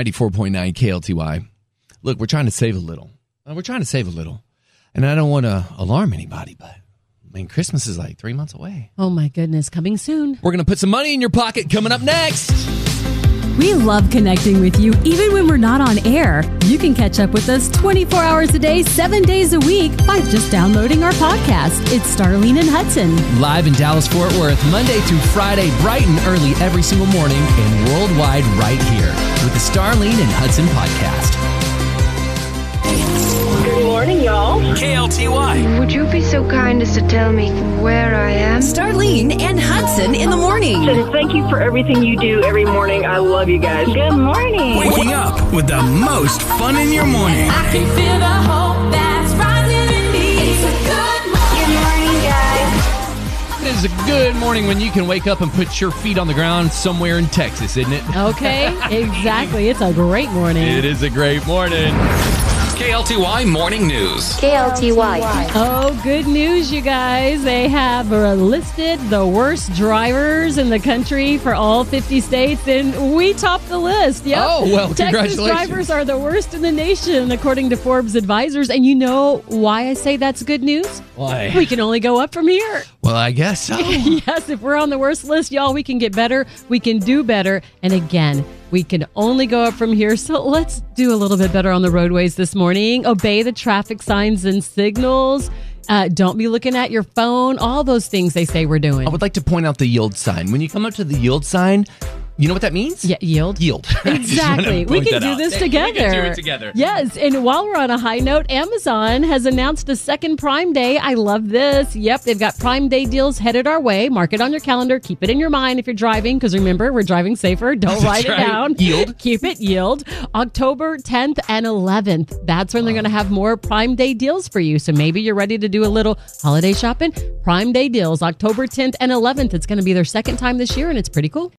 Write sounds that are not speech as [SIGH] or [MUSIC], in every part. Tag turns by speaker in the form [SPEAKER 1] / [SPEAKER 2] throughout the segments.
[SPEAKER 1] 94.9 KLTY. Look, we're trying to save a little. Uh, We're trying to save a little. And I don't want to alarm anybody, but I mean, Christmas is like three months away.
[SPEAKER 2] Oh my goodness, coming soon.
[SPEAKER 1] We're going to put some money in your pocket coming up next.
[SPEAKER 2] We love connecting with you even when we're not on air. You can catch up with us 24 hours a day, 7 days a week by just downloading our podcast. It's Starlene and Hudson.
[SPEAKER 3] Live in Dallas, Fort Worth, Monday through Friday, bright and early every single morning, and worldwide right here with the Starlene and Hudson podcast.
[SPEAKER 4] Good morning, y'all.
[SPEAKER 3] KLTY.
[SPEAKER 5] Would you be so kind as to tell me where I am?
[SPEAKER 6] Starlene and Hudson in the morning.
[SPEAKER 4] And thank you for everything you do every morning. I love you guys. Good morning.
[SPEAKER 7] Waking up with the most fun in your morning.
[SPEAKER 6] I can feel the hope that's rising in me. It's a good morning.
[SPEAKER 1] It is a good morning when you can wake up and put your feet on the ground somewhere in Texas, isn't it?
[SPEAKER 2] Okay, [LAUGHS] exactly. It's a great morning.
[SPEAKER 1] It is a great morning.
[SPEAKER 3] KLTY Morning News.
[SPEAKER 2] Oh, good news, you guys. They have uh, listed the worst drivers in the country for all 50 states, and we topped the list. Yep.
[SPEAKER 1] Oh, well,
[SPEAKER 2] Texas
[SPEAKER 1] congratulations.
[SPEAKER 2] drivers are the worst in the nation, according to Forbes advisors. And you know why I say that's good news?
[SPEAKER 1] Why?
[SPEAKER 2] We can only go up from here.
[SPEAKER 1] Well, I guess
[SPEAKER 2] [LAUGHS]
[SPEAKER 1] so.
[SPEAKER 2] yes, if we're on the worst list, y'all, we can get better. We can do better. And again, we can only go up from here. So let's do a little bit better on the roadways this morning. Obey the traffic signs and signals. Uh, don't be looking at your phone. All those things they say we're doing.
[SPEAKER 1] I would like to point out the yield sign. When you come up to the yield sign, you know what that means?
[SPEAKER 2] yeah, yield.
[SPEAKER 1] Yield. [LAUGHS] Just wanted to
[SPEAKER 2] Exactly. We
[SPEAKER 1] point that
[SPEAKER 2] can do
[SPEAKER 1] out.
[SPEAKER 2] this
[SPEAKER 1] Hey,
[SPEAKER 2] together.
[SPEAKER 1] We can do it together.
[SPEAKER 2] Yes. And while we're on a high note, Amazon has announced a second Prime Day. I love this. Yep. They've got Prime Day deals headed our way. Mark it on your calendar. Keep it in your mind if you're driving, because remember, we're driving safer. [LAUGHS] Don't write it
[SPEAKER 1] right.
[SPEAKER 2] down.
[SPEAKER 1] Yield.
[SPEAKER 2] [LAUGHS] Keep it yield. October 10th and 11th. That's when they're going to have more Prime Day deals for you. So maybe you're ready to do a little holiday shopping. Prime Day deals, October 10th and 11th. It's going to be their second time this year, and it's pretty cool.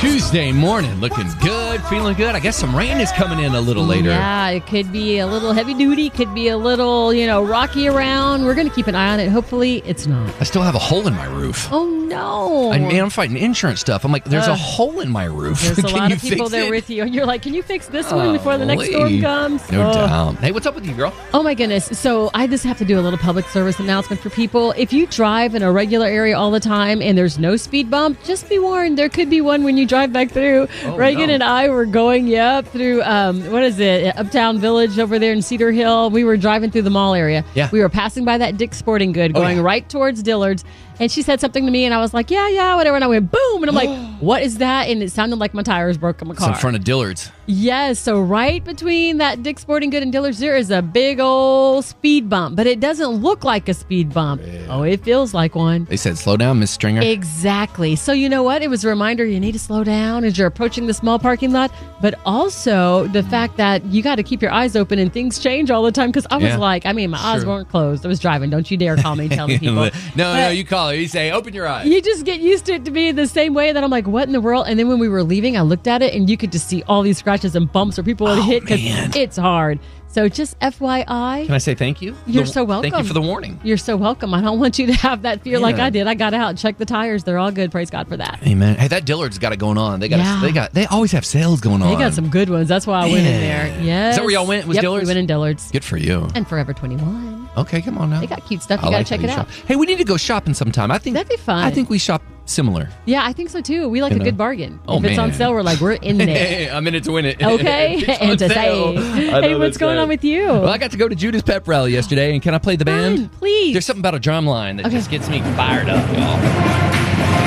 [SPEAKER 1] Tuesday morning, looking good, feeling good. I guess some rain is coming in a little later.
[SPEAKER 2] Yeah, it could be a little heavy duty, could be a little, you know, rocky around. We're going to keep an eye on it. Hopefully, it's not.
[SPEAKER 1] I still have a hole in my roof.
[SPEAKER 2] Oh, no.
[SPEAKER 1] I, man, I'm fighting insurance stuff. I'm like, there's a hole in my roof. [LAUGHS]
[SPEAKER 2] There's a
[SPEAKER 1] Can
[SPEAKER 2] lot
[SPEAKER 1] you
[SPEAKER 2] of people
[SPEAKER 1] fix
[SPEAKER 2] there
[SPEAKER 1] it?
[SPEAKER 2] with you, and you're like, can you fix this one before the next storm
[SPEAKER 1] Golly.
[SPEAKER 2] comes?
[SPEAKER 1] No
[SPEAKER 2] oh.
[SPEAKER 1] doubt. Hey, what's up with you, girl?
[SPEAKER 2] Oh my goodness. So I just have to do a little public service announcement for people. If you drive in a regular area all the time and there's no speed bump, just be warned there could be one when you drive back through. Reagan
[SPEAKER 1] Oh, no.
[SPEAKER 2] and I were going yeah, up through um, what is it? Uptown Village over there in Cedar Hill. We were driving through the mall area.
[SPEAKER 1] Yeah. Oh,
[SPEAKER 2] We were passing by that Dick's Sporting Good going
[SPEAKER 1] yeah.
[SPEAKER 2] right towards Dillard's. And she said something to me, and I was like, "Yeah, yeah, whatever." And I went boom, and
[SPEAKER 1] [GASPS]
[SPEAKER 2] I'm like, "What is that?" And it sounded like my tires broke on my
[SPEAKER 1] It's
[SPEAKER 2] car.
[SPEAKER 1] in front of Dillard's.
[SPEAKER 2] Yes, so right between that Dick's Sporting Good and Dillard's, there is a big old speed bump, but it doesn't look like a speed bump. Oh, it feels like one.
[SPEAKER 1] They said, slow down, Miss Stringer.
[SPEAKER 2] Exactly. So, you know what? It was a reminder you need to slow down as you're approaching the small parking lot, but also the fact that you got to keep your eyes open and things change all the time. Because I was
[SPEAKER 1] Yeah.
[SPEAKER 2] like, I mean, my eyes
[SPEAKER 1] Sure.
[SPEAKER 2] weren't closed. I was driving. Don't you dare call me
[SPEAKER 1] [LAUGHS]
[SPEAKER 2] and tell me people.
[SPEAKER 1] no, no,
[SPEAKER 2] But-
[SPEAKER 1] you call her. You say, open your eyes.
[SPEAKER 2] you just get used to it to be the same way that I'm like, what in the world? And then when we were leaving, I looked at it and you could just see all these scratches and bumps where people had hit because
[SPEAKER 1] Oh, man.
[SPEAKER 2] it's hard. So just FYI,
[SPEAKER 1] Can I say thank you?
[SPEAKER 2] You're
[SPEAKER 1] The-
[SPEAKER 2] so welcome.
[SPEAKER 1] Thank you for the warning.
[SPEAKER 2] you're so welcome. I don't want you to have that fear like
[SPEAKER 1] Yeah.
[SPEAKER 2] I did. I got out, checked the tires. They're all good. Praise God for that.
[SPEAKER 1] Amen. Hey, that Dillard's got it going on. They got.
[SPEAKER 2] Yeah.
[SPEAKER 1] A, they got. They always have sales going on.
[SPEAKER 2] They got some good ones. That's why I went in
[SPEAKER 1] Man.
[SPEAKER 2] there. Yes.
[SPEAKER 1] Is that where y'all went? Was
[SPEAKER 2] yep,
[SPEAKER 1] Dillard's?
[SPEAKER 2] We went in Dillard's
[SPEAKER 1] Good for you.
[SPEAKER 2] and Forever 21.
[SPEAKER 1] Okay, come on now.
[SPEAKER 2] They got cute stuff.
[SPEAKER 1] I
[SPEAKER 2] You got to
[SPEAKER 1] like
[SPEAKER 2] check
[SPEAKER 1] how
[SPEAKER 2] it
[SPEAKER 1] you
[SPEAKER 2] out.
[SPEAKER 1] shop. Hey, we need to go shopping sometime. I think
[SPEAKER 2] That'd be fun.
[SPEAKER 1] I think we shop similar.
[SPEAKER 2] Yeah, I think so too. We like
[SPEAKER 1] You
[SPEAKER 2] a good
[SPEAKER 1] know.
[SPEAKER 2] bargain.
[SPEAKER 1] Oh,
[SPEAKER 2] if it's on
[SPEAKER 1] man.
[SPEAKER 2] sale, we're like, we're in there.
[SPEAKER 1] [LAUGHS] I'm in it to win it.
[SPEAKER 2] Okay.
[SPEAKER 1] It's on
[SPEAKER 2] and [LAUGHS] to
[SPEAKER 1] sale.
[SPEAKER 2] say,
[SPEAKER 1] I
[SPEAKER 2] hey,
[SPEAKER 1] know
[SPEAKER 2] what's
[SPEAKER 1] that's
[SPEAKER 2] going
[SPEAKER 1] right.
[SPEAKER 2] on with you?
[SPEAKER 1] Well, I got to go to Judas Pep Rally yesterday, and can I play the band?
[SPEAKER 2] Fun, please.
[SPEAKER 1] There's something about a drum line that
[SPEAKER 2] Okay.
[SPEAKER 1] just gets me fired up, y'all.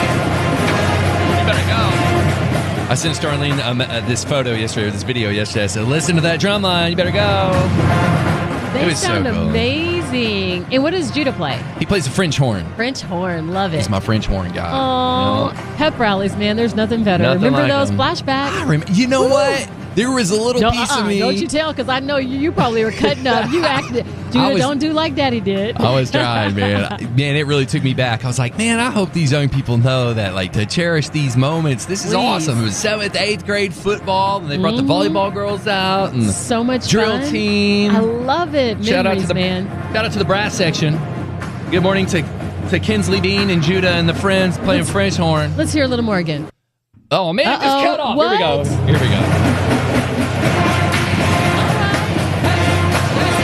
[SPEAKER 1] Hey, hey, you better go. I sent Starlene um, uh, this photo yesterday, or this video yesterday. I said, listen to that drum line. You better go. It
[SPEAKER 2] They
[SPEAKER 1] was so
[SPEAKER 2] sound
[SPEAKER 1] cool.
[SPEAKER 2] amazing. And what does Judah play?
[SPEAKER 1] He plays a French horn.
[SPEAKER 2] French horn. Love
[SPEAKER 1] He's
[SPEAKER 2] it.
[SPEAKER 1] my French horn guy.
[SPEAKER 2] Oh,
[SPEAKER 1] You know?
[SPEAKER 2] pep rallies, man. There's nothing better.
[SPEAKER 1] Nothing
[SPEAKER 2] Remember
[SPEAKER 1] like
[SPEAKER 2] those
[SPEAKER 1] 'em. I
[SPEAKER 2] flashbacks?
[SPEAKER 1] rem- you know what? There was a little
[SPEAKER 2] Don't,
[SPEAKER 1] piece of
[SPEAKER 2] uh-uh,
[SPEAKER 1] me.
[SPEAKER 2] don't you tell, because I know you, you probably were cutting up.
[SPEAKER 1] [LAUGHS]
[SPEAKER 2] You acted. Judah,
[SPEAKER 1] was-
[SPEAKER 2] don't do like Daddy did.
[SPEAKER 1] I was trying, man. Man, it really took me back. I was like, man, I hope these young people know that, like, to cherish these moments. This is
[SPEAKER 2] Please. Mm-hmm.
[SPEAKER 1] awesome. It was seventh, eighth grade football, and they brought the volleyball girls out and the
[SPEAKER 2] so much
[SPEAKER 1] drill
[SPEAKER 2] fun.
[SPEAKER 1] team.
[SPEAKER 2] I love it.
[SPEAKER 1] shout out to
[SPEAKER 2] Memories,
[SPEAKER 1] the
[SPEAKER 2] man.
[SPEAKER 1] shout out to the brass section. Good morning to to Kinsley Bean and Judah and the friends playing French horn.
[SPEAKER 2] Let's hear a little more again.
[SPEAKER 1] Oh man, it just
[SPEAKER 2] Uh-oh,
[SPEAKER 1] cut off. Here we go.
[SPEAKER 2] what?
[SPEAKER 1] Here we go.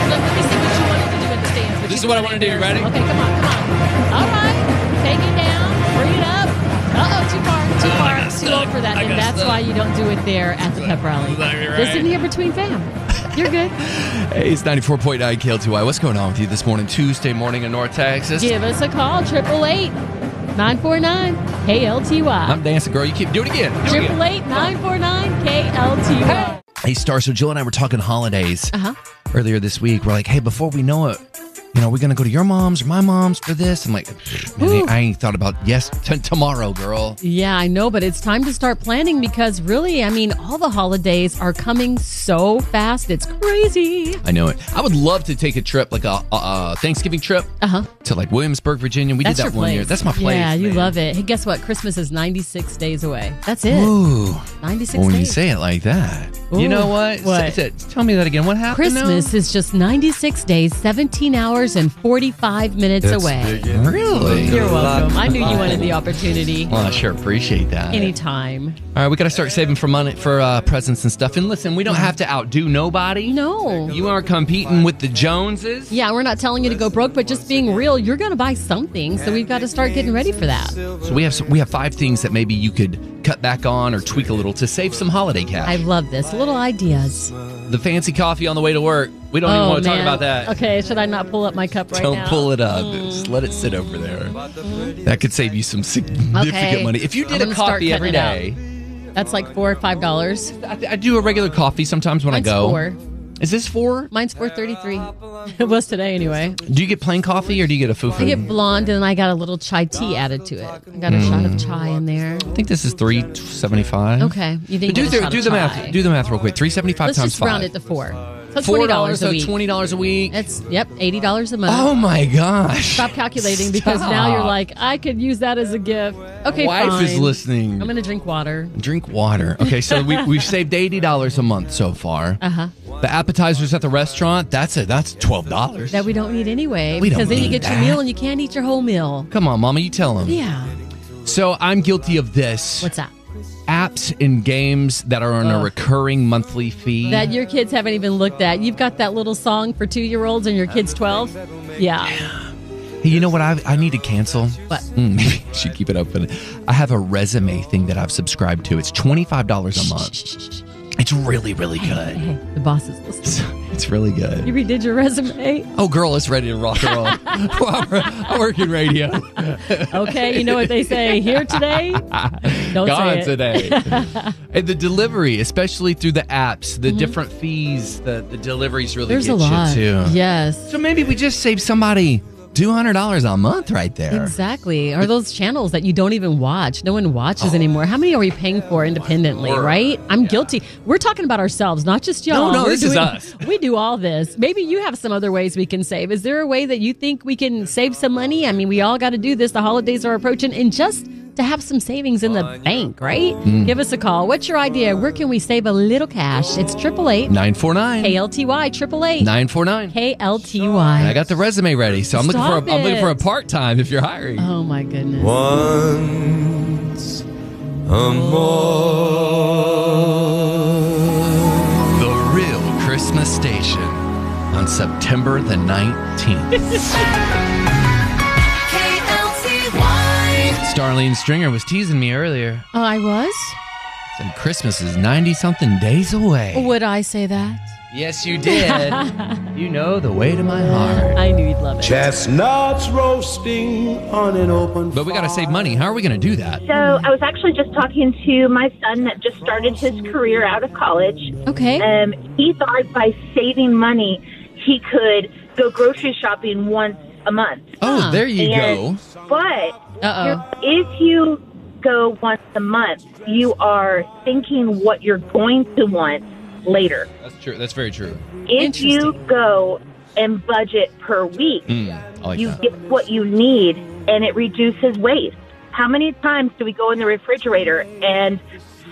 [SPEAKER 2] Let me see what you wanted to do in the stands.
[SPEAKER 1] This is
[SPEAKER 2] you
[SPEAKER 1] what I
[SPEAKER 2] wanted
[SPEAKER 1] wanna do.
[SPEAKER 2] there.
[SPEAKER 1] Ready?
[SPEAKER 2] Okay, come on, come on. All right. Take it down. Bring it up. Uh oh, too far, too far, too old for that.
[SPEAKER 1] I
[SPEAKER 2] And
[SPEAKER 1] got
[SPEAKER 2] that's
[SPEAKER 1] stuck.
[SPEAKER 2] why you don't do it there at the pep rally.
[SPEAKER 1] Exactly right.
[SPEAKER 2] Listen here between fam. You're good.
[SPEAKER 1] Hey, it's 94.9 KL2I. What's going on with you this morning, Tuesday morning in North Texas?
[SPEAKER 2] Give us a call, 888 949 KLTY.
[SPEAKER 1] I'm dancing, girl. You keep do it again. Do it again.
[SPEAKER 2] 888 949 KLTY.
[SPEAKER 1] Hey, Star. So Jill and I were talking holidays
[SPEAKER 2] Uh huh.
[SPEAKER 1] earlier this week. We're like, hey, before we know it, you know, we're gonna go to your mom's or my mom's for this. I'm like, man, I ain't- I ain't thought about yes [LAUGHS] t- tomorrow, girl.
[SPEAKER 2] Yeah, I know, but it's time to start planning because really, I mean, all the holidays are coming so fast. It's crazy.
[SPEAKER 1] I know it. I would love to take a trip, like a, a, a Thanksgiving trip
[SPEAKER 2] Uh huh.
[SPEAKER 1] to like Williamsburg, Virginia. We
[SPEAKER 2] That's
[SPEAKER 1] did
[SPEAKER 2] your
[SPEAKER 1] that one
[SPEAKER 2] place.
[SPEAKER 1] year. That's my place.
[SPEAKER 2] Yeah, you
[SPEAKER 1] man.
[SPEAKER 2] love it. Hey, guess what? Christmas is 96 days away. That's it.
[SPEAKER 1] Ooh,
[SPEAKER 2] 96
[SPEAKER 1] well, when
[SPEAKER 2] days.
[SPEAKER 1] you say it like that,
[SPEAKER 2] Ooh,
[SPEAKER 1] you know what?
[SPEAKER 2] what?
[SPEAKER 1] S- s- tell me that again. What happened? now?
[SPEAKER 2] Christmas is just 96 days, 17 hours, and 45 minutes away.
[SPEAKER 1] Really?
[SPEAKER 2] You're welcome. I knew you wanted the opportunity.
[SPEAKER 1] Well, I sure appreciate that.
[SPEAKER 2] Anytime.
[SPEAKER 1] All right, we got to start saving for money for uh, presents and stuff. And listen, we don't have to outdo nobody.
[SPEAKER 2] No.
[SPEAKER 1] You aren't competing with the Joneses.
[SPEAKER 2] Yeah, we're not telling you to go broke, but just being real, you're going to buy something. So we've got to start getting ready for that.
[SPEAKER 1] So we have some, we have five things that maybe you could cut back on or tweak a little to save some holiday cash.
[SPEAKER 2] I love this. Little ideas.
[SPEAKER 1] the fancy coffee on the way to work. We don't even want to talk about that.
[SPEAKER 2] Oh, Okay, should I not pull up my cup right
[SPEAKER 1] Don't
[SPEAKER 2] now? Mm.
[SPEAKER 1] pull it up. Just let it sit over there. That could save you some significant
[SPEAKER 2] Okay.
[SPEAKER 1] money. If you
[SPEAKER 2] I'm
[SPEAKER 1] did a
[SPEAKER 2] gonna start
[SPEAKER 1] coffee every
[SPEAKER 2] cutting it
[SPEAKER 1] day,
[SPEAKER 2] That's like four or five dollars.
[SPEAKER 1] I, I do a regular coffee sometimes when
[SPEAKER 2] Mine's
[SPEAKER 1] I go.
[SPEAKER 2] four.
[SPEAKER 1] Is this four?
[SPEAKER 2] Mine's four thirty-three. [LAUGHS] It was today anyway.
[SPEAKER 1] Do you get plain coffee or do you get a fufu?
[SPEAKER 2] I get blonde, and I got a little chai tea added to it. I got a
[SPEAKER 1] Mm.
[SPEAKER 2] shot of chai in there.
[SPEAKER 1] I think this is three seventy five.
[SPEAKER 2] Okay, you didn't
[SPEAKER 1] But do
[SPEAKER 2] get a
[SPEAKER 1] the,
[SPEAKER 2] shot
[SPEAKER 1] do
[SPEAKER 2] of
[SPEAKER 1] the
[SPEAKER 2] chai.
[SPEAKER 1] math. Do the math real quick. Three seventy five
[SPEAKER 2] Let's
[SPEAKER 1] times
[SPEAKER 2] just
[SPEAKER 1] five.
[SPEAKER 2] round it to four. So it's
[SPEAKER 1] Four
[SPEAKER 2] twenty
[SPEAKER 1] dollars,
[SPEAKER 2] dollars a
[SPEAKER 1] so
[SPEAKER 2] week.
[SPEAKER 1] twenty dollars a week.
[SPEAKER 2] It's yep, eighty dollars a month.
[SPEAKER 1] oh my gosh!
[SPEAKER 2] [LAUGHS] Stop calculating because now you're
[SPEAKER 1] Stop.
[SPEAKER 2] like, I could use that as a gift. Okay,
[SPEAKER 1] Wife
[SPEAKER 2] fine.
[SPEAKER 1] is listening.
[SPEAKER 2] I'm gonna drink water.
[SPEAKER 1] Drink water. Okay, so we,
[SPEAKER 2] [LAUGHS]
[SPEAKER 1] we've saved eighty dollars a month so far. Uh
[SPEAKER 2] Uh-huh.
[SPEAKER 1] huh. The appetizers at the restaurant. That's it. That's twelve dollars.
[SPEAKER 2] That we don't need anyway.
[SPEAKER 1] We don't
[SPEAKER 2] because then you
[SPEAKER 1] need
[SPEAKER 2] get your
[SPEAKER 1] that.
[SPEAKER 2] meal and you can't eat your whole meal.
[SPEAKER 1] Come on, Mama, you tell him.
[SPEAKER 2] Yeah.
[SPEAKER 1] So I'm guilty of this.
[SPEAKER 2] What's that?
[SPEAKER 1] apps and games that are on a
[SPEAKER 2] Ugh.
[SPEAKER 1] recurring monthly fee?
[SPEAKER 2] That your kids haven't even looked at. You've got that little song for two year olds and your kid's 12. Yeah.
[SPEAKER 1] Hey, you know what? I, I need to cancel.
[SPEAKER 2] What?
[SPEAKER 1] Mm, [LAUGHS] maybe I should keep it open. I have a resume thing that I've subscribed to. It's twenty five dollars a month. It's really, really good.
[SPEAKER 2] Hey, the boss is listening.
[SPEAKER 1] It's really
[SPEAKER 2] You
[SPEAKER 1] good.
[SPEAKER 2] redid your resume.
[SPEAKER 1] Oh, girl, it's ready to rock and roll.
[SPEAKER 2] [LAUGHS]
[SPEAKER 1] [LAUGHS] I work in radio.
[SPEAKER 2] Okay, you know what they say here
[SPEAKER 1] [LAUGHS]
[SPEAKER 2] today? Don't
[SPEAKER 1] Gone
[SPEAKER 2] say it. [LAUGHS]
[SPEAKER 1] today. and the delivery, especially through the apps, the different fees, the, the deliveries really
[SPEAKER 2] Mm-hmm. There's
[SPEAKER 1] get
[SPEAKER 2] a lot.
[SPEAKER 1] you too.
[SPEAKER 2] Yes.
[SPEAKER 1] So maybe we just save somebody two hundred dollars a month right there.
[SPEAKER 2] Exactly. Are those channels that you don't even watch? No one
[SPEAKER 1] Oh.
[SPEAKER 2] watches anymore. How many are we paying for independently, right? I'm guilty. We're talking about ourselves, not just y'all.
[SPEAKER 1] No, no,
[SPEAKER 2] We're
[SPEAKER 1] this is
[SPEAKER 2] doing-
[SPEAKER 1] us.
[SPEAKER 2] [LAUGHS] We do all this. Maybe you have some other ways we can save. Is there a way that you think we can save some money? I mean, we all got to do this. The holidays are approaching, and just to have some savings in the bank, right? Give us a call. What's your idea? Where can we save a little cash? It's 888
[SPEAKER 1] Nine four nine.
[SPEAKER 2] KLTY, 888
[SPEAKER 1] Nine four nine. I
[SPEAKER 2] KLTY.
[SPEAKER 1] got the resume ready, so I'm looking for a,
[SPEAKER 2] Stop
[SPEAKER 1] I'm looking for a
[SPEAKER 2] it.
[SPEAKER 1] part time if you're hiring.
[SPEAKER 2] Oh, my goodness.
[SPEAKER 8] Once a more.
[SPEAKER 1] The real Christmas station on September the 19th.
[SPEAKER 6] KLTY.
[SPEAKER 1] Starlene Stringer was teasing me earlier.
[SPEAKER 2] Oh, I was?
[SPEAKER 1] Said Christmas is 90 something days away.
[SPEAKER 2] Would I say that?
[SPEAKER 1] Yes, you
[SPEAKER 2] [LAUGHS]
[SPEAKER 1] did. you know the way to my heart.
[SPEAKER 2] I knew you'd love it.
[SPEAKER 8] Chestnuts roasting on an open
[SPEAKER 1] But we got to save money. How are we going to do that?
[SPEAKER 9] So I was actually just talking to my son that just started his career out of college.
[SPEAKER 2] Okay.
[SPEAKER 9] Um, he thought by saving money, he could go grocery shopping once a month.
[SPEAKER 1] Oh, there you go.
[SPEAKER 9] And- But
[SPEAKER 2] Uh oh.
[SPEAKER 9] if you go once a month, you are thinking what you're going to want later.
[SPEAKER 1] That's true. That's very true.
[SPEAKER 9] If you
[SPEAKER 2] Interesting.
[SPEAKER 9] go and budget per week,
[SPEAKER 1] Mm, I like
[SPEAKER 9] you
[SPEAKER 1] that.
[SPEAKER 9] get what you need and it reduces waste. How many times do we go in the refrigerator and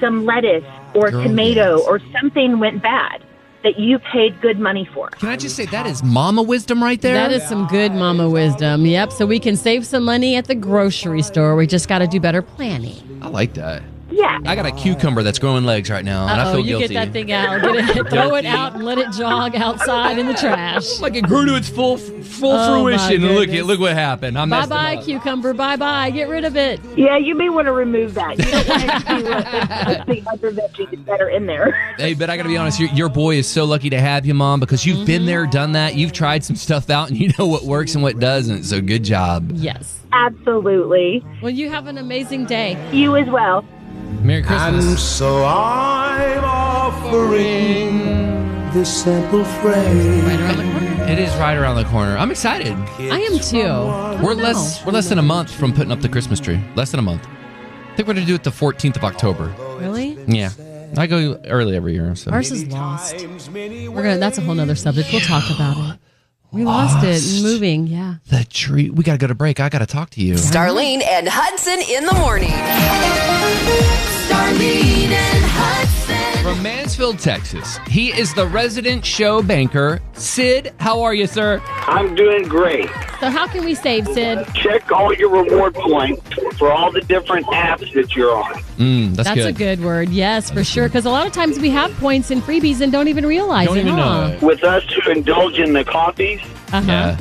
[SPEAKER 9] some lettuce or
[SPEAKER 1] Girl,
[SPEAKER 9] tomato
[SPEAKER 1] yes.
[SPEAKER 9] or something went bad that you paid good money for?
[SPEAKER 1] Can I just say that is mama wisdom right there?
[SPEAKER 2] That is some good mama wisdom. Yep. So we can save some money at the grocery store. We just got to do better planning.
[SPEAKER 1] I like that.
[SPEAKER 9] Yeah.
[SPEAKER 1] I got a cucumber that's growing legs right now, and I
[SPEAKER 2] Oh,
[SPEAKER 1] feel
[SPEAKER 2] you
[SPEAKER 1] guilty.
[SPEAKER 2] get that thing out.
[SPEAKER 1] [LAUGHS]
[SPEAKER 2] Get it, throw it out and let it jog outside in the trash.
[SPEAKER 1] Like it grew to its full full
[SPEAKER 2] Oh, my
[SPEAKER 1] fruition. and Look at
[SPEAKER 2] goodness.
[SPEAKER 1] look what happened. I
[SPEAKER 2] Bye
[SPEAKER 1] messed
[SPEAKER 2] bye,
[SPEAKER 1] them up.
[SPEAKER 2] cucumber. Bye bye. Get rid of it.
[SPEAKER 9] Yeah, you may want to remove that. You don't [LAUGHS] want to see what- the other veggies that are in there.
[SPEAKER 1] Hey, but I gotta be honest. Your, your boy is so lucky to have you, mom, because you've been
[SPEAKER 2] Mm-hmm.
[SPEAKER 1] there, done that. You've tried some stuff out, and you know what works and what doesn't. So good job.
[SPEAKER 2] Yes.
[SPEAKER 9] Absolutely.
[SPEAKER 2] Well, you have an amazing day.
[SPEAKER 9] You as well.
[SPEAKER 1] Merry Christmas.
[SPEAKER 8] And so I'm offering this simple phrase.
[SPEAKER 1] It is right around the corner. I'm excited.
[SPEAKER 2] I am too. I
[SPEAKER 1] We're
[SPEAKER 2] don't know.
[SPEAKER 1] less we're less than a month from putting up the Christmas tree. Less than a month. I think we're gonna do it the 14th of October.
[SPEAKER 2] Really?
[SPEAKER 1] Yeah, I go early every year. So
[SPEAKER 2] Ours is lost. We're gonna. That's a whole nother subject. We'll talk about it. We lost,
[SPEAKER 1] Lost.
[SPEAKER 2] it. Moving. Yeah.
[SPEAKER 1] the tree. We gotta go to break. I gotta talk to you.
[SPEAKER 10] Darlene and Hudson in the morning.
[SPEAKER 6] Darlene and Hudson.
[SPEAKER 1] From Mansfield, Texas, he is the resident show banker. Sid, how are you, sir?
[SPEAKER 11] I'm doing great.
[SPEAKER 2] So how can we save Sid?
[SPEAKER 11] Check all your reward points for all the different apps that you're on.
[SPEAKER 1] Mm, that's,
[SPEAKER 2] That's a good word. Yes, for sure. Because a lot of times we have points and freebies and don't even realize
[SPEAKER 1] Don't
[SPEAKER 2] it.
[SPEAKER 1] even
[SPEAKER 2] huh?
[SPEAKER 1] know it.
[SPEAKER 11] With us who indulge in the coffees,
[SPEAKER 2] Uh huh.
[SPEAKER 1] Yeah.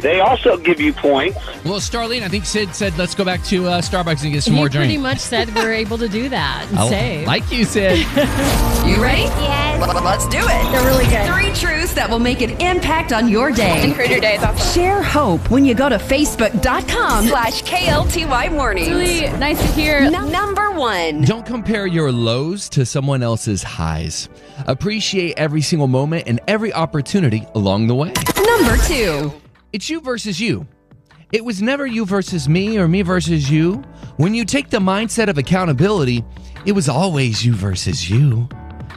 [SPEAKER 11] they also give you points.
[SPEAKER 1] Well, Starlene, I think Sid said let's go back to uh, Starbucks and get some
[SPEAKER 2] He
[SPEAKER 1] more
[SPEAKER 2] pretty
[SPEAKER 1] drinks.
[SPEAKER 2] much
[SPEAKER 1] [LAUGHS]
[SPEAKER 2] said we're able to do that and save.
[SPEAKER 1] like you,
[SPEAKER 2] [LAUGHS]
[SPEAKER 1] Sid.
[SPEAKER 10] You ready? Yes. Let's do it. They're really good. Three truths that will make an impact on your day. Improve your day. Share hope when you go to facebook.com slash KLTY mornings.
[SPEAKER 6] Nice to hear.
[SPEAKER 10] Num- Number one.
[SPEAKER 1] Don't compare your lows to someone else's highs. Appreciate every single moment and every opportunity along the way.
[SPEAKER 10] Number two.
[SPEAKER 1] It's you versus you. It was never you versus me or me versus you. When you take the mindset of accountability, it was always you versus you.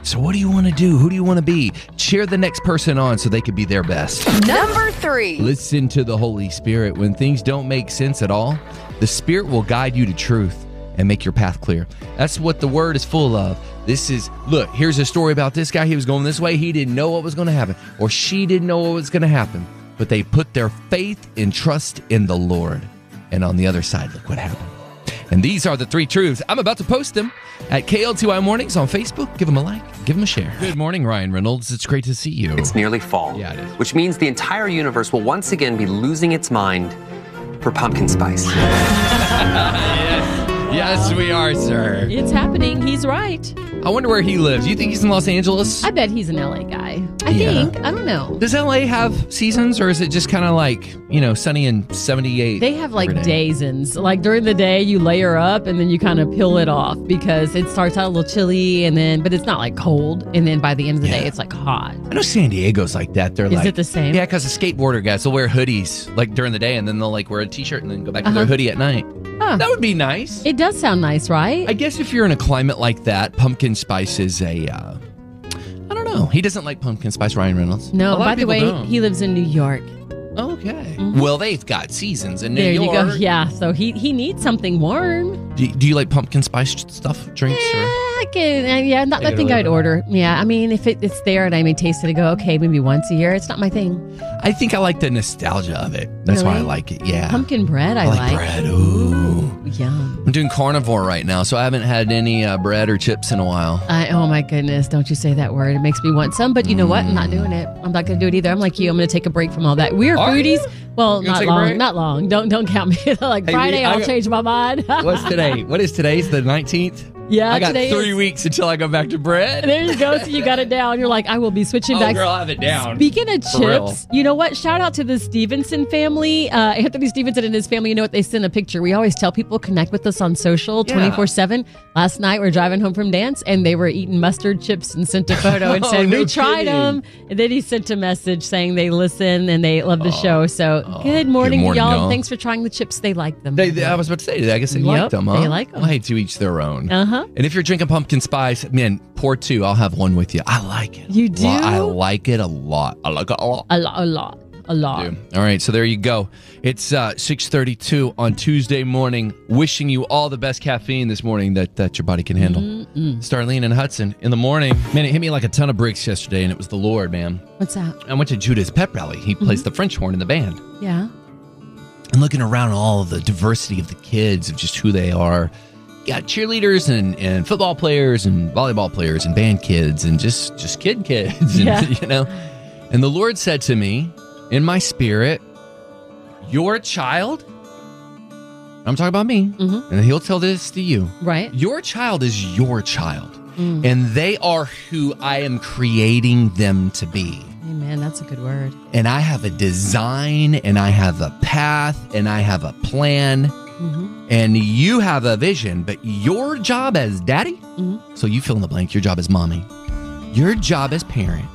[SPEAKER 1] So, what do you want to do? Who do you want to be? Cheer the next person on so they could be their best.
[SPEAKER 10] Number three.
[SPEAKER 1] Listen to the Holy Spirit. When things don't make sense at all, the Spirit will guide you to truth and make your path clear. That's what the Word is full of. This is, look, here's a story about this guy. He was going this way. He didn't know what was going to happen, or she didn't know what was going to happen. But they put their faith and trust in the Lord. And on the other side, look what happened. And these are the three truths. I'm about to post them at KLTY Mornings on Facebook. Give them a like, give them a share. Good morning, Ryan Reynolds. It's great to see you.
[SPEAKER 12] It's nearly fall.
[SPEAKER 1] Yeah, it is.
[SPEAKER 12] Which means the entire universe will once again be losing its mind for pumpkin spice.
[SPEAKER 1] Yes, we are, sir.
[SPEAKER 2] It's happening. He's right.
[SPEAKER 1] I wonder where he lives. You think he's in Los Angeles?
[SPEAKER 2] I bet he's an LA guy. I
[SPEAKER 1] Yeah.
[SPEAKER 2] think. I don't know.
[SPEAKER 1] Does LA have seasons or is it just kind of like, you know, sunny and 78?
[SPEAKER 2] They have like
[SPEAKER 1] every day?
[SPEAKER 2] days and like during the day you layer up and then you kind of peel it off because it starts out a little chilly and then but it's not like cold and then by the end of the day
[SPEAKER 1] Yeah.
[SPEAKER 2] it's like hot.
[SPEAKER 1] I know San Diego's like that. They're
[SPEAKER 2] Is
[SPEAKER 1] like,
[SPEAKER 2] it the same?
[SPEAKER 1] Yeah, because the skateboarder guys will wear hoodies like during the day and then they'll like wear a t shirt and then go back to their
[SPEAKER 2] Uh-huh.
[SPEAKER 1] hoodie at night.
[SPEAKER 2] Huh.
[SPEAKER 1] That would be nice.
[SPEAKER 2] It does sound nice, right?
[SPEAKER 1] I guess if you're in a climate like that, pumpkin spice is a, uh, I don't know. He doesn't like pumpkin spice, Ryan Reynolds. A
[SPEAKER 2] no,
[SPEAKER 1] lot
[SPEAKER 2] by
[SPEAKER 1] of
[SPEAKER 2] the
[SPEAKER 1] people
[SPEAKER 2] way,
[SPEAKER 1] don't.
[SPEAKER 2] he lives in New York.
[SPEAKER 1] Okay. Well, they've got seasons in New
[SPEAKER 2] there
[SPEAKER 1] York.
[SPEAKER 2] you go. Yeah, so he he needs something warm.
[SPEAKER 1] Do, do you like pumpkin spice stuff, drinks?
[SPEAKER 2] Yeah,
[SPEAKER 1] Or?
[SPEAKER 2] I can, uh, yeah, not,
[SPEAKER 1] Take
[SPEAKER 2] I
[SPEAKER 1] it or
[SPEAKER 2] think
[SPEAKER 1] leave
[SPEAKER 2] I'd
[SPEAKER 1] it.
[SPEAKER 2] order. Yeah, I mean, if it, it's there and I may taste it and go, okay, maybe once a year, it's not my thing.
[SPEAKER 1] I think I like the nostalgia of it. That's why I
[SPEAKER 2] Really?
[SPEAKER 1] like it. Yeah.
[SPEAKER 2] Pumpkin bread, I,
[SPEAKER 1] Ah. I like bread. Ooh.
[SPEAKER 2] Yum.
[SPEAKER 1] I'm doing carnivore right now, so I haven't had any uh, bread or chips in a while.
[SPEAKER 2] I, oh my goodness, don't you say that word. It makes me want some, but you know what? I'm not doing it. I'm not going to do it either. I'm like you. I'm going to take a break from all that. We're
[SPEAKER 1] Are you?
[SPEAKER 2] foodies. Well,
[SPEAKER 1] You gonna
[SPEAKER 2] not
[SPEAKER 1] take a break?
[SPEAKER 2] long. Not long. Don't don't count me. [LAUGHS] like
[SPEAKER 1] Hey,
[SPEAKER 2] Friday,
[SPEAKER 1] we- I
[SPEAKER 2] I'll
[SPEAKER 1] got-
[SPEAKER 2] change my mind. [LAUGHS]
[SPEAKER 1] What's today? What is today's the 19th?
[SPEAKER 2] Yeah,
[SPEAKER 1] I got
[SPEAKER 2] Uh, today
[SPEAKER 1] three
[SPEAKER 2] is-
[SPEAKER 1] weeks until I go back to bread.
[SPEAKER 2] [LAUGHS] there you go. So you got it down. You're like, I will be switching
[SPEAKER 1] Oh,
[SPEAKER 2] back.
[SPEAKER 1] girl, I have it down.
[SPEAKER 2] Speaking of
[SPEAKER 1] For real.
[SPEAKER 2] chips, you know what? Shout out to the Stevenson family. Uh, Anthony Stevenson and his family, you know what? They sent a picture. We always tell people connect with us on social
[SPEAKER 1] Yeah.
[SPEAKER 2] 24 7. Last night, we are driving home from dance and they were eating mustard chips and sent a photo and
[SPEAKER 1] [LAUGHS] Oh,
[SPEAKER 2] said,
[SPEAKER 1] no
[SPEAKER 2] We tried
[SPEAKER 1] kidding.
[SPEAKER 2] them. And then he sent a message saying they listen and they love the show. So good, morning
[SPEAKER 1] morning,
[SPEAKER 2] y'all.
[SPEAKER 1] y'all.
[SPEAKER 2] Thanks for trying the chips. They like them.
[SPEAKER 1] They, they- I was about to say, I guess they like
[SPEAKER 2] Yep,
[SPEAKER 1] them, huh?
[SPEAKER 2] they like 'em.
[SPEAKER 1] Well, hey, to each their own.
[SPEAKER 2] Uh-huh.
[SPEAKER 1] And if you're drinking pumpkin spice, man, pour two. I'll have one with you. I like it. a
[SPEAKER 2] You
[SPEAKER 1] lot.
[SPEAKER 2] do?
[SPEAKER 1] I like it a lot. I like it a lot.
[SPEAKER 2] a lot, a lot, a lot.
[SPEAKER 1] do. All right, so there you go. It's uh, 6:32 on Tuesday morning. Wishing you all the best caffeine this morning that that your body can handle. Starlene and Hudson in the morning. Man, it hit me like a ton of bricks yesterday, and it was the Lord, man.
[SPEAKER 2] What's that?
[SPEAKER 1] I went to Judah's pep rally. He plays the French horn in the band.
[SPEAKER 2] Yeah.
[SPEAKER 1] And looking around all the diversity of the kids, of just who they are, got cheerleaders and, and football players and volleyball players and band kids and just just kid kids [LAUGHS] and,
[SPEAKER 13] Yeah.
[SPEAKER 1] you know and the lord said to me in my spirit your child i'm talking about me and he'll tell this to you
[SPEAKER 2] right
[SPEAKER 1] your child is your child
[SPEAKER 2] Mm.
[SPEAKER 1] and they are who i am creating them to be
[SPEAKER 2] Amen. That's a good word.
[SPEAKER 1] and I have a design and I have a path and I have a plan and you have a vision, but your job as daddy, so you fill in the blank, your job as mommy, your job as parent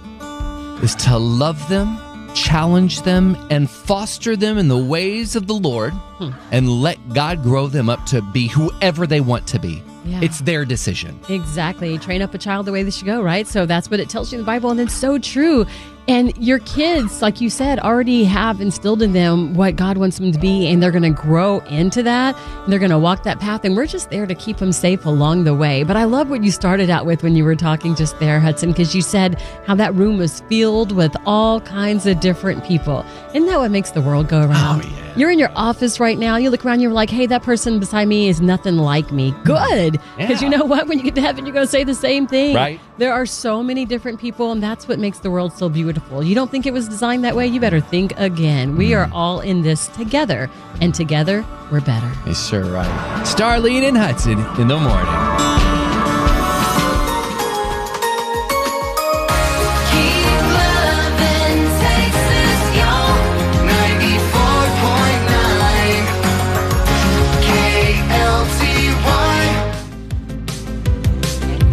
[SPEAKER 1] is to love them, challenge them, and foster them in the ways of the Lord and let God grow them up to be whoever they want to be.
[SPEAKER 2] Yeah.
[SPEAKER 1] It's their decision.
[SPEAKER 2] Exactly. Train up a child the way they should go, right? So that's what it tells you in the Bible, and it's so true. And your kids, like you said, already have instilled in them what God wants them to be, and they're going to grow into that. And they're going to walk that path, and we're just there to keep them safe along the way. But I love what you started out with when you were talking just there, Hudson, because you said how that room was filled with all kinds of different people. Isn't that what makes the world go around? You're in your office right now. You look around. You're like, "Hey, that person beside me is nothing like me." Good, because you know what? When you get to heaven, you're going to say the same thing.
[SPEAKER 1] Right.
[SPEAKER 2] There are so many different people, and that's what makes the world so beautiful. You don't think it was designed that way? You better think again. We are all in this together, and together we're better.
[SPEAKER 1] It's sure right. Starlene and Hudson in the morning.